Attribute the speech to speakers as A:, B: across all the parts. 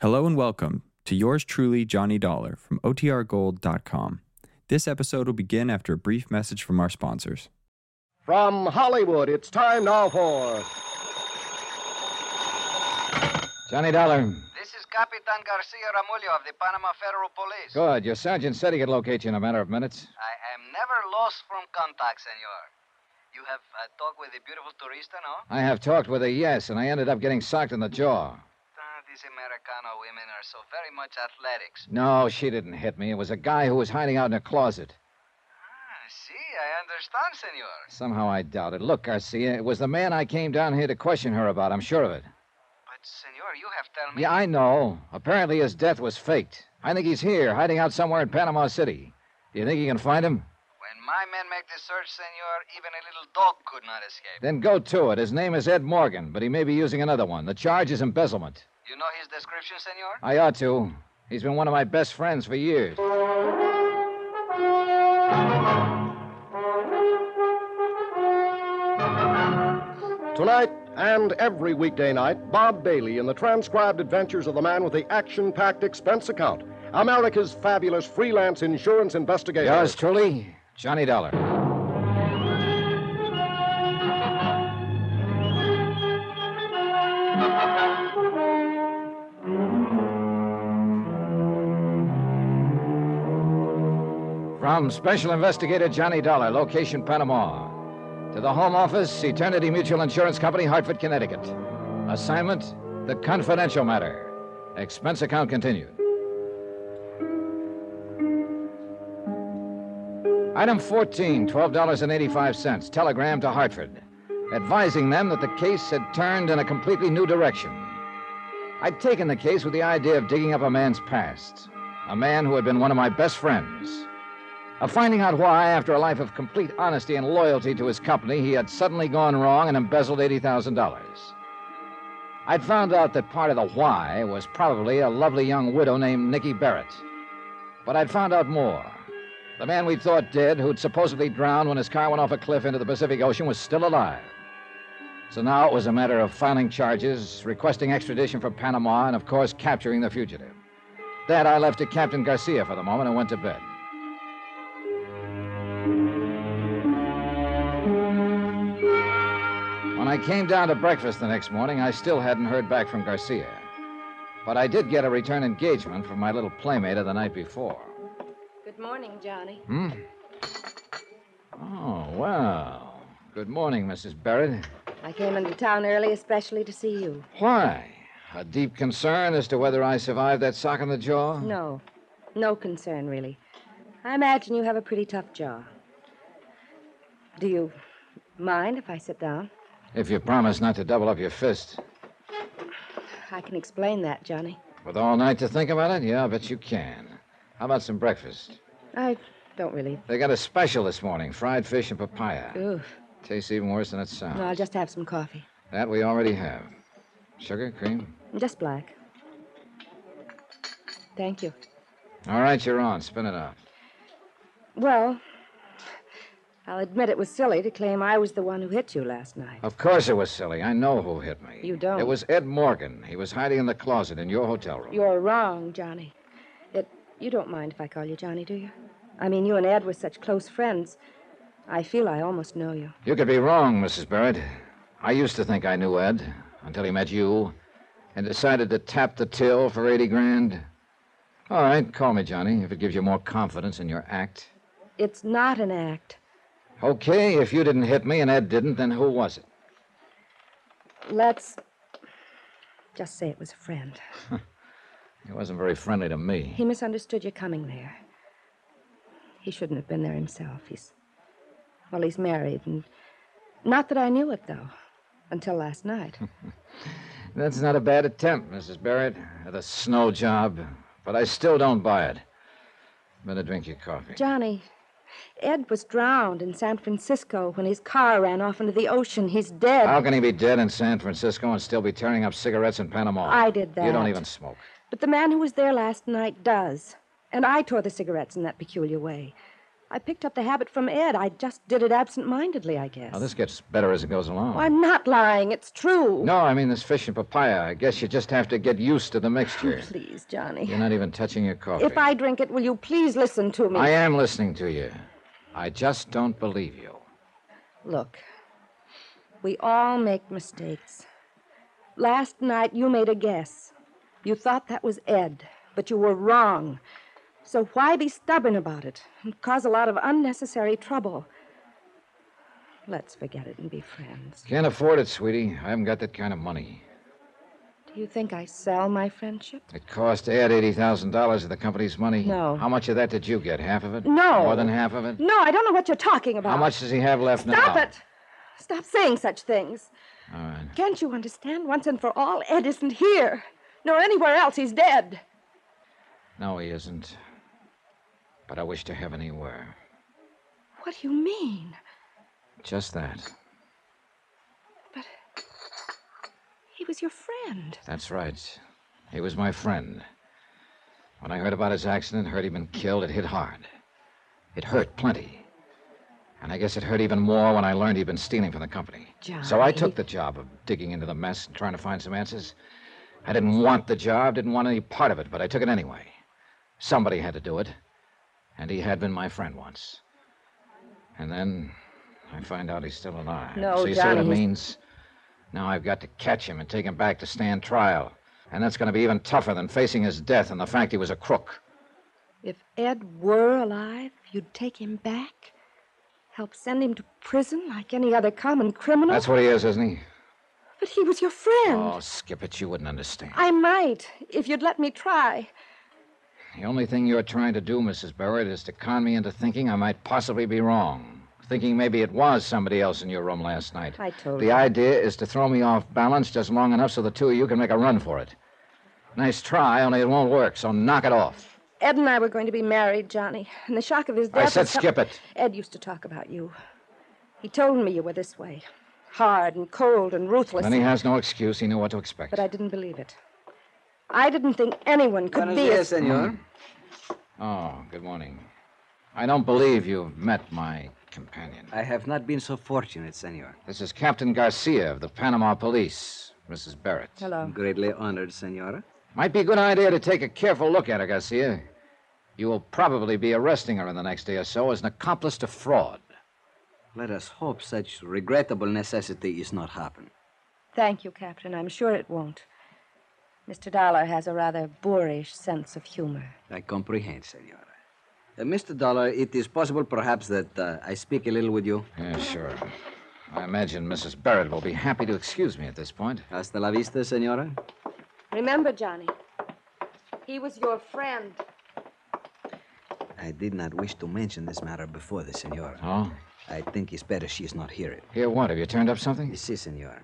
A: Hello and welcome to yours truly, Johnny Dollar from OTRGold.com. This episode will begin after a brief message from our sponsors.
B: From Hollywood, it's time now for
C: Johnny Dollar.
D: This is Capitan Garcia Ramullo of the Panama Federal Police.
C: Good. Your sergeant said he could locate you in a matter of minutes.
D: I am never lost from contact, senor. You have uh, talked with the beautiful tourista, no?
C: I have talked with her, yes, and I ended up getting socked in the jaw.
D: Ah, these Americano women are so very much athletics.
C: No, she didn't hit me. It was a guy who was hiding out in a closet.
D: Ah, see, I understand, senor.
C: Somehow I doubt it. Look, Garcia, it was the man I came down here to question her about. I'm sure of it.
D: But, senor, you have tell me.
C: Yeah, I know. Apparently his death was faked. I think he's here, hiding out somewhere in Panama City. Do you think you can find him?
D: When my men make the search, senor, even a little dog could not escape.
C: Then go to it. His name is Ed Morgan, but he may be using another one. The charge is embezzlement.
D: You know his description, senor?
C: I ought to. He's been one of my best friends for years.
B: Tonight and every weekday night, Bob Bailey in the transcribed adventures of the man with the action packed expense account, America's fabulous freelance insurance investigator.
C: Yours truly, Johnny Dollar. From Special Investigator Johnny Dollar, location Panama, to the Home Office, Eternity Mutual Insurance Company, Hartford, Connecticut. Assignment The Confidential Matter. Expense account continued. Item 14, $12.85. Telegram to Hartford, advising them that the case had turned in a completely new direction. I'd taken the case with the idea of digging up a man's past, a man who had been one of my best friends, of finding out why, after a life of complete honesty and loyalty to his company, he had suddenly gone wrong and embezzled $80,000. I'd found out that part of the why was probably a lovely young widow named Nikki Barrett. But I'd found out more. The man we thought dead, who'd supposedly drowned when his car went off a cliff into the Pacific Ocean, was still alive. So now it was a matter of filing charges, requesting extradition from Panama, and of course, capturing the fugitive. That I left to Captain Garcia for the moment and went to bed. When I came down to breakfast the next morning, I still hadn't heard back from Garcia. But I did get a return engagement from my little playmate of the night before.
E: Good morning, Johnny.
C: Hmm? Oh, well. Good morning, Mrs. Barrett.
E: I came into town early especially to see you.
C: Why? A deep concern as to whether I survived that sock in the jaw?
E: No, no concern, really. I imagine you have a pretty tough jaw. Do you mind if I sit down?
C: If you promise not to double up your fist.
E: I can explain that, Johnny.
C: With all night to think about it? Yeah, I bet you can. How about some breakfast?
E: I don't really.
C: They got a special this morning fried fish and papaya.
E: Oof.
C: Tastes even worse than it sounds.
E: No, I'll just have some coffee.
C: That we already have. Sugar, cream?
E: Just black. Thank you.
C: All right, you're on. Spin it off.
E: Well, I'll admit it was silly to claim I was the one who hit you last night.
C: Of course it was silly. I know who hit me.
E: You don't.
C: It was Ed Morgan. He was hiding in the closet in your hotel room.
E: You're wrong, Johnny. It, you don't mind if I call you Johnny, do you? I mean, you and Ed were such close friends. I feel I almost know you.
C: You could be wrong, Mrs. Barrett. I used to think I knew Ed until he met you and decided to tap the till for 80 grand. All right, call me Johnny if it gives you more confidence in your act.
E: It's not an act.
C: Okay, if you didn't hit me and Ed didn't, then who was it?
E: Let's just say it was a friend.
C: He wasn't very friendly to me.
E: He misunderstood your coming there. He shouldn't have been there himself. He's. Well, he's married, and. Not that I knew it, though, until last night.
C: That's not a bad attempt, Mrs. Barrett, at a snow job, but I still don't buy it. Better drink your coffee.
E: Johnny, Ed was drowned in San Francisco when his car ran off into the ocean. He's dead.
C: How can he be dead in San Francisco and still be tearing up cigarettes in Panama?
E: I did that.
C: You don't even smoke.
E: But the man who was there last night does. And I tore the cigarettes in that peculiar way. I picked up the habit from Ed. I just did it absent-mindedly, I guess.
C: Now, this gets better as it goes along.
E: Oh, I'm not lying. It's true.
C: No, I mean this fish and papaya. I guess you just have to get used to the mixture.
E: Please, Johnny.
C: You're not even touching your coffee.
E: If I drink it, will you please listen to me?
C: I am listening to you. I just don't believe you.
E: Look, we all make mistakes. Last night you made a guess. You thought that was Ed, but you were wrong. So why be stubborn about it and cause a lot of unnecessary trouble? Let's forget it and be friends.
C: Can't afford it, sweetie. I haven't got that kind of money.
E: Do you think I sell my friendship?
C: It cost Ed $80,000 of the company's money.
E: No.
C: How much of that did you get? Half of it?
E: No.
C: More than half of it?
E: No, I don't know what you're talking about.
C: How much does he have left now?
E: Stop it! Stop saying such things.
C: All right.
E: Can't you understand once and for all? Ed isn't here, nor anywhere else. He's dead.
C: No, he isn't. But I wish to heaven he were.
E: What do you mean?
C: Just that.
E: He was your friend.
C: That's right. He was my friend. When I heard about his accident, heard he'd been killed, it hit hard. It hurt plenty. And I guess it hurt even more when I learned he'd been stealing from the company. So I
E: Johnny.
C: took the job of digging into the mess and trying to find some answers. I didn't want the job, didn't want any part of it, but I took it anyway. Somebody had to do it. And he had been my friend once. And then I find out he's still alive.
E: No,
C: so you see what it
E: Johnny, he's-
C: means? Now I've got to catch him and take him back to stand trial. And that's going to be even tougher than facing his death and the fact he was a crook.
E: If Ed were alive, you'd take him back? Help send him to prison like any other common criminal?
C: That's what he is, isn't he?
E: But he was your friend.
C: Oh, skip it. You wouldn't understand.
E: I might, if you'd let me try.
C: The only thing you're trying to do, Mrs. Barrett, is to con me into thinking I might possibly be wrong. Thinking maybe it was somebody else in your room last night.
E: I told
C: The
E: you.
C: idea is to throw me off balance just long enough so the two of you can make a run for it. Nice try, only it won't work, so knock it off.
E: Ed and I were going to be married, Johnny, and the shock of his
C: I
E: death.
C: said
E: was some-
C: skip it.
E: Ed used to talk about you. He told me you were this way hard and cold and ruthless.
C: Then he has no excuse. He knew what to expect.
E: But I didn't believe it. I didn't think anyone could be. as-
D: senor.
C: Oh, good morning. I don't believe you've met my companion.
D: I have not been so fortunate, senor.
C: This is Captain Garcia of the Panama Police, Mrs. Barrett.
E: Hello.
D: Greatly honored, senora.
C: Might be a good idea to take a careful look at her, Garcia. You will probably be arresting her in the next day or so as an accomplice to fraud.
D: Let us hope such regrettable necessity is not happen.
E: Thank you, Captain. I'm sure it won't. Mr. Dollar has a rather boorish sense of humor.
D: I comprehend, senora. Uh, Mr. Dollar, it is possible perhaps that uh, I speak a little with you.
C: Yeah, sure. I imagine Mrs. Barrett will be happy to excuse me at this point.
D: Hasta la vista, senora.
E: Remember, Johnny, he was your friend.
D: I did not wish to mention this matter before the senora.
C: Oh?
D: I think it's better she is not here. it.
C: Here, what? Have you turned up something?
D: You see, senor.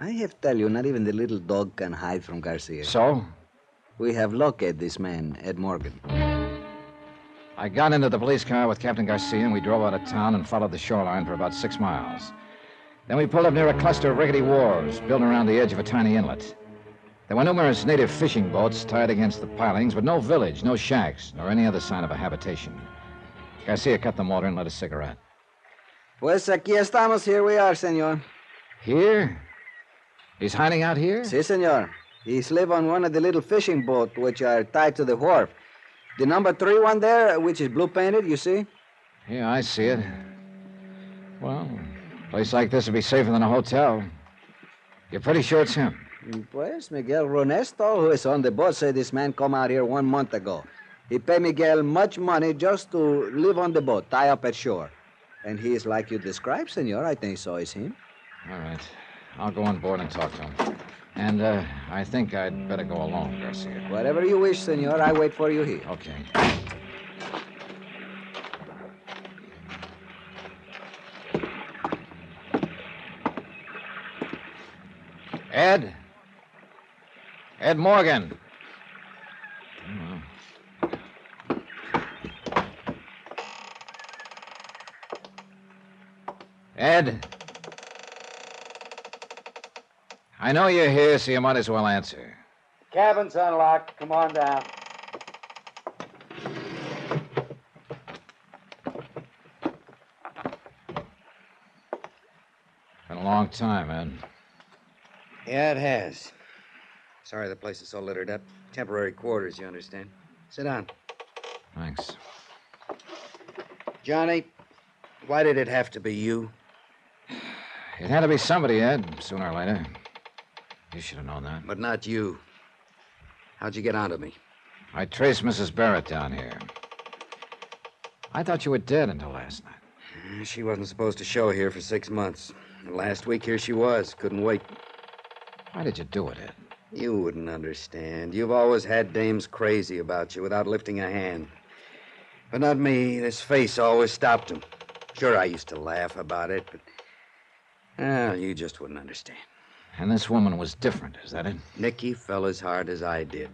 D: I have tell you, not even the little dog can hide from Garcia.
C: So?
D: We have located this man, Ed Morgan.
C: I got into the police car with Captain Garcia, and we drove out of town and followed the shoreline for about six miles. Then we pulled up near a cluster of rickety wharves built around the edge of a tiny inlet. There were numerous native fishing boats tied against the pilings, but no village, no shacks, nor any other sign of a habitation. Garcia cut the motor and lit a cigarette.
D: Pues aquí estamos. Here we are, senor.
C: Here? He's hiding out here?
D: Si, senor. He's live on one of the little fishing boat which are tied to the wharf. The number three one there, which is blue painted, you see?
C: Yeah, I see it. Well, a place like this would be safer than a hotel. You're pretty sure it's him.
D: Pues Miguel Ronesto, who is on the boat, said this man come out here one month ago. He paid Miguel much money just to live on the boat, tie up at shore. And he is like you described, senor. I think so is him.
C: All right. I'll go on board and talk to him. And uh, I think I'd better go alone, Garcia.
D: Whatever you wish, senor, I wait for you here.
C: Okay. Ed? Ed Morgan. Ed? I know you're here, so you might as well answer.
F: Cabin's unlocked. Come on down.
C: long time, man.
D: Yeah, it has. Sorry the place is so littered up. Temporary quarters, you understand. Sit down.
C: Thanks.
D: Johnny, why did it have to be you?
C: It had to be somebody, Ed, sooner or later. You should have known that.
D: But not you. How'd you get onto me?
C: I traced Mrs. Barrett down here. I thought you were dead until last night.
D: She wasn't supposed to show here for six months. And last week, here she was. Couldn't wait.
C: Why did you do it, Ed?
D: You wouldn't understand. You've always had dames crazy about you without lifting a hand. But not me. This face always stopped them. Sure, I used to laugh about it, but. Well, you just wouldn't understand.
C: And this woman was different, is that it?
D: Nicky fell as hard as I did.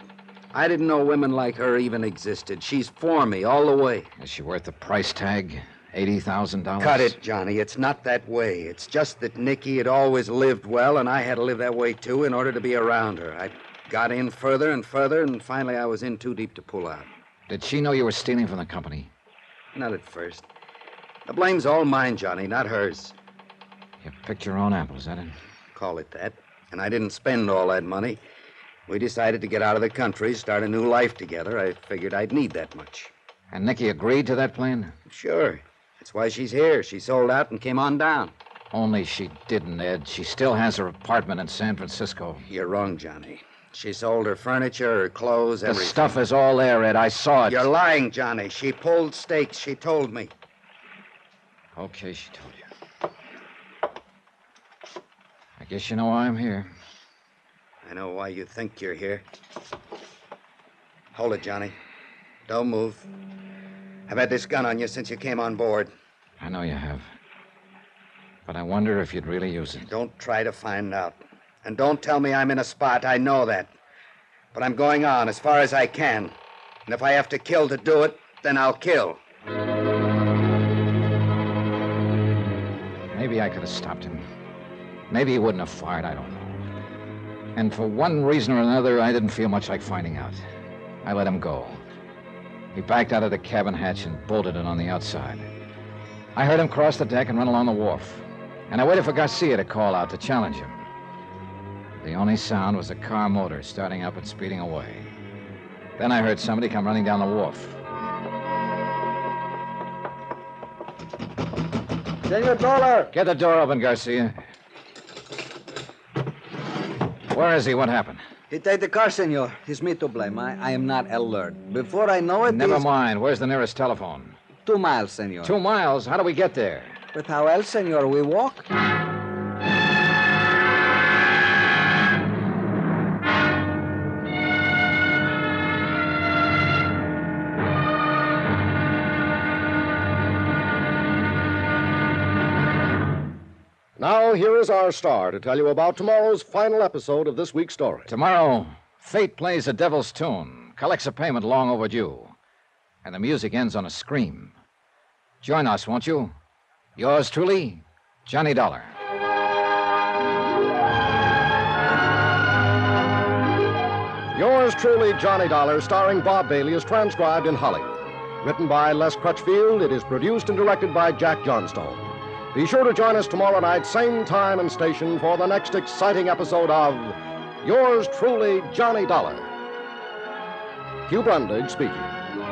D: I didn't know women like her even existed. She's for me all the way.
C: Is she worth the price tag? $80,000?
D: Cut it, Johnny. It's not that way. It's just that Nikki had always lived well, and I had to live that way too in order to be around her. I got in further and further, and finally I was in too deep to pull out.
C: Did she know you were stealing from the company?
D: Not at first. The blame's all mine, Johnny, not hers.
C: You picked your own apple, is that it?
D: Call it that. And I didn't spend all that money. We decided to get out of the country, start a new life together. I figured I'd need that much.
C: And Nicky agreed to that plan?
D: Sure. That's why she's here. She sold out and came on down.
C: Only she didn't, Ed. She still has her apartment in San Francisco.
D: You're wrong, Johnny. She sold her furniture, her clothes,
C: The
D: everything.
C: stuff is all there, Ed. I saw it.
D: You're lying, Johnny. She pulled stakes. She told me.
C: Okay, she told you. I guess you know why I'm here.
D: I know why you think you're here. Hold it, Johnny. Don't move. I've had this gun on you since you came on board.
C: I know you have. But I wonder if you'd really use it.
D: Don't try to find out. And don't tell me I'm in a spot. I know that. But I'm going on as far as I can. And if I have to kill to do it, then I'll kill.
C: Maybe I could have stopped him. Maybe he wouldn't have fired, I don't know. And for one reason or another, I didn't feel much like finding out. I let him go. He backed out of the cabin hatch and bolted it on the outside. I heard him cross the deck and run along the wharf. And I waited for Garcia to call out to challenge him. The only sound was a car motor starting up and speeding away. Then I heard somebody come running down the wharf.
G: Senor Dollar!
C: Get the door open, Garcia. Where is he? What happened?
G: He take the car, senor. It's me to blame. I, I am not alert. Before I know it,
C: Never
G: it's
C: mind. Where's the nearest telephone?
G: two miles, senor.
C: Two miles. How do we get there?
G: But how else, senor? We walk?
B: Now, here is our star to tell you about tomorrow's final episode of this week's story.
C: Tomorrow, fate plays a devil's tune, collects a payment long overdue, and the music ends on a scream. Join us, won't you? Yours truly, Johnny Dollar.
B: Yours truly, Johnny Dollar, starring Bob Bailey, is transcribed in Hollywood. Written by Les Crutchfield, it is produced and directed by Jack Johnstone. Be sure to join us tomorrow night, same time and station, for the next exciting episode of Yours truly, Johnny Dollar. Hugh Brundage speaking.